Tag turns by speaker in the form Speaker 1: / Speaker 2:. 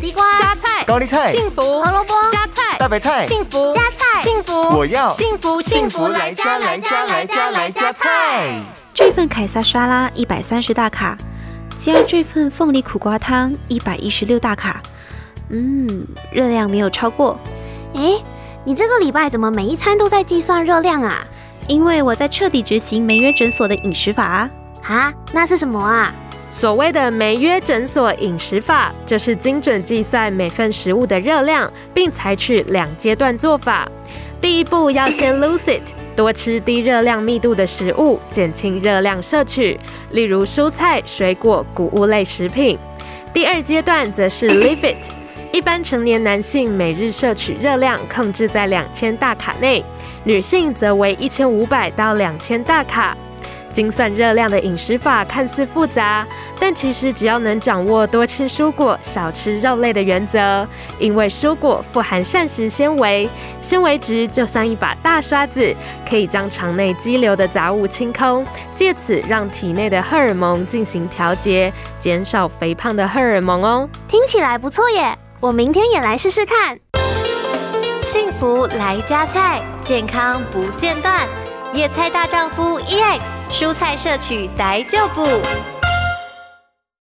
Speaker 1: 地瓜、
Speaker 2: 加菜、
Speaker 3: 高丽菜、
Speaker 2: 幸福、
Speaker 1: 胡萝卜、
Speaker 2: 加菜、
Speaker 3: 大白菜、
Speaker 2: 幸福、
Speaker 1: 加菜
Speaker 2: 幸福，
Speaker 3: 我要
Speaker 2: 幸福
Speaker 3: 幸福来家来家来家来家菜。
Speaker 4: 这份凯撒沙拉一百三十大卡，加这份凤梨苦瓜汤一百一十六大卡。嗯，热量没有超过，
Speaker 1: 哎，你这个礼拜怎么每一餐都在计算热量啊？
Speaker 4: 因为我在彻底执行梅约诊所的饮食法啊。
Speaker 1: 啊，那是什么啊？
Speaker 2: 所谓的梅约诊所饮食法，就是精准计算每份食物的热量，并采取两阶段做法。第一步要先 lose it，多吃低热量密度的食物，减轻热量摄取，例如蔬菜、水果、谷物类食品。第二阶段则是 leave it，一般成年男性每日摄取热量控制在两千大卡内，女性则为一千五百到两千大卡。精算热量的饮食法看似复杂，但其实只要能掌握多吃蔬果、少吃肉类的原则，因为蔬果富含膳食纤维，纤维值就像一把大刷子，可以将肠内积留的杂物清空，借此让体内的荷尔蒙进行调节，减少肥胖的荷尔蒙哦。
Speaker 1: 听起来不错耶，我明天也来试试看。
Speaker 5: 幸福来加菜，健康不 E 间断。野菜大丈夫 EX，蔬菜摄取逮就补。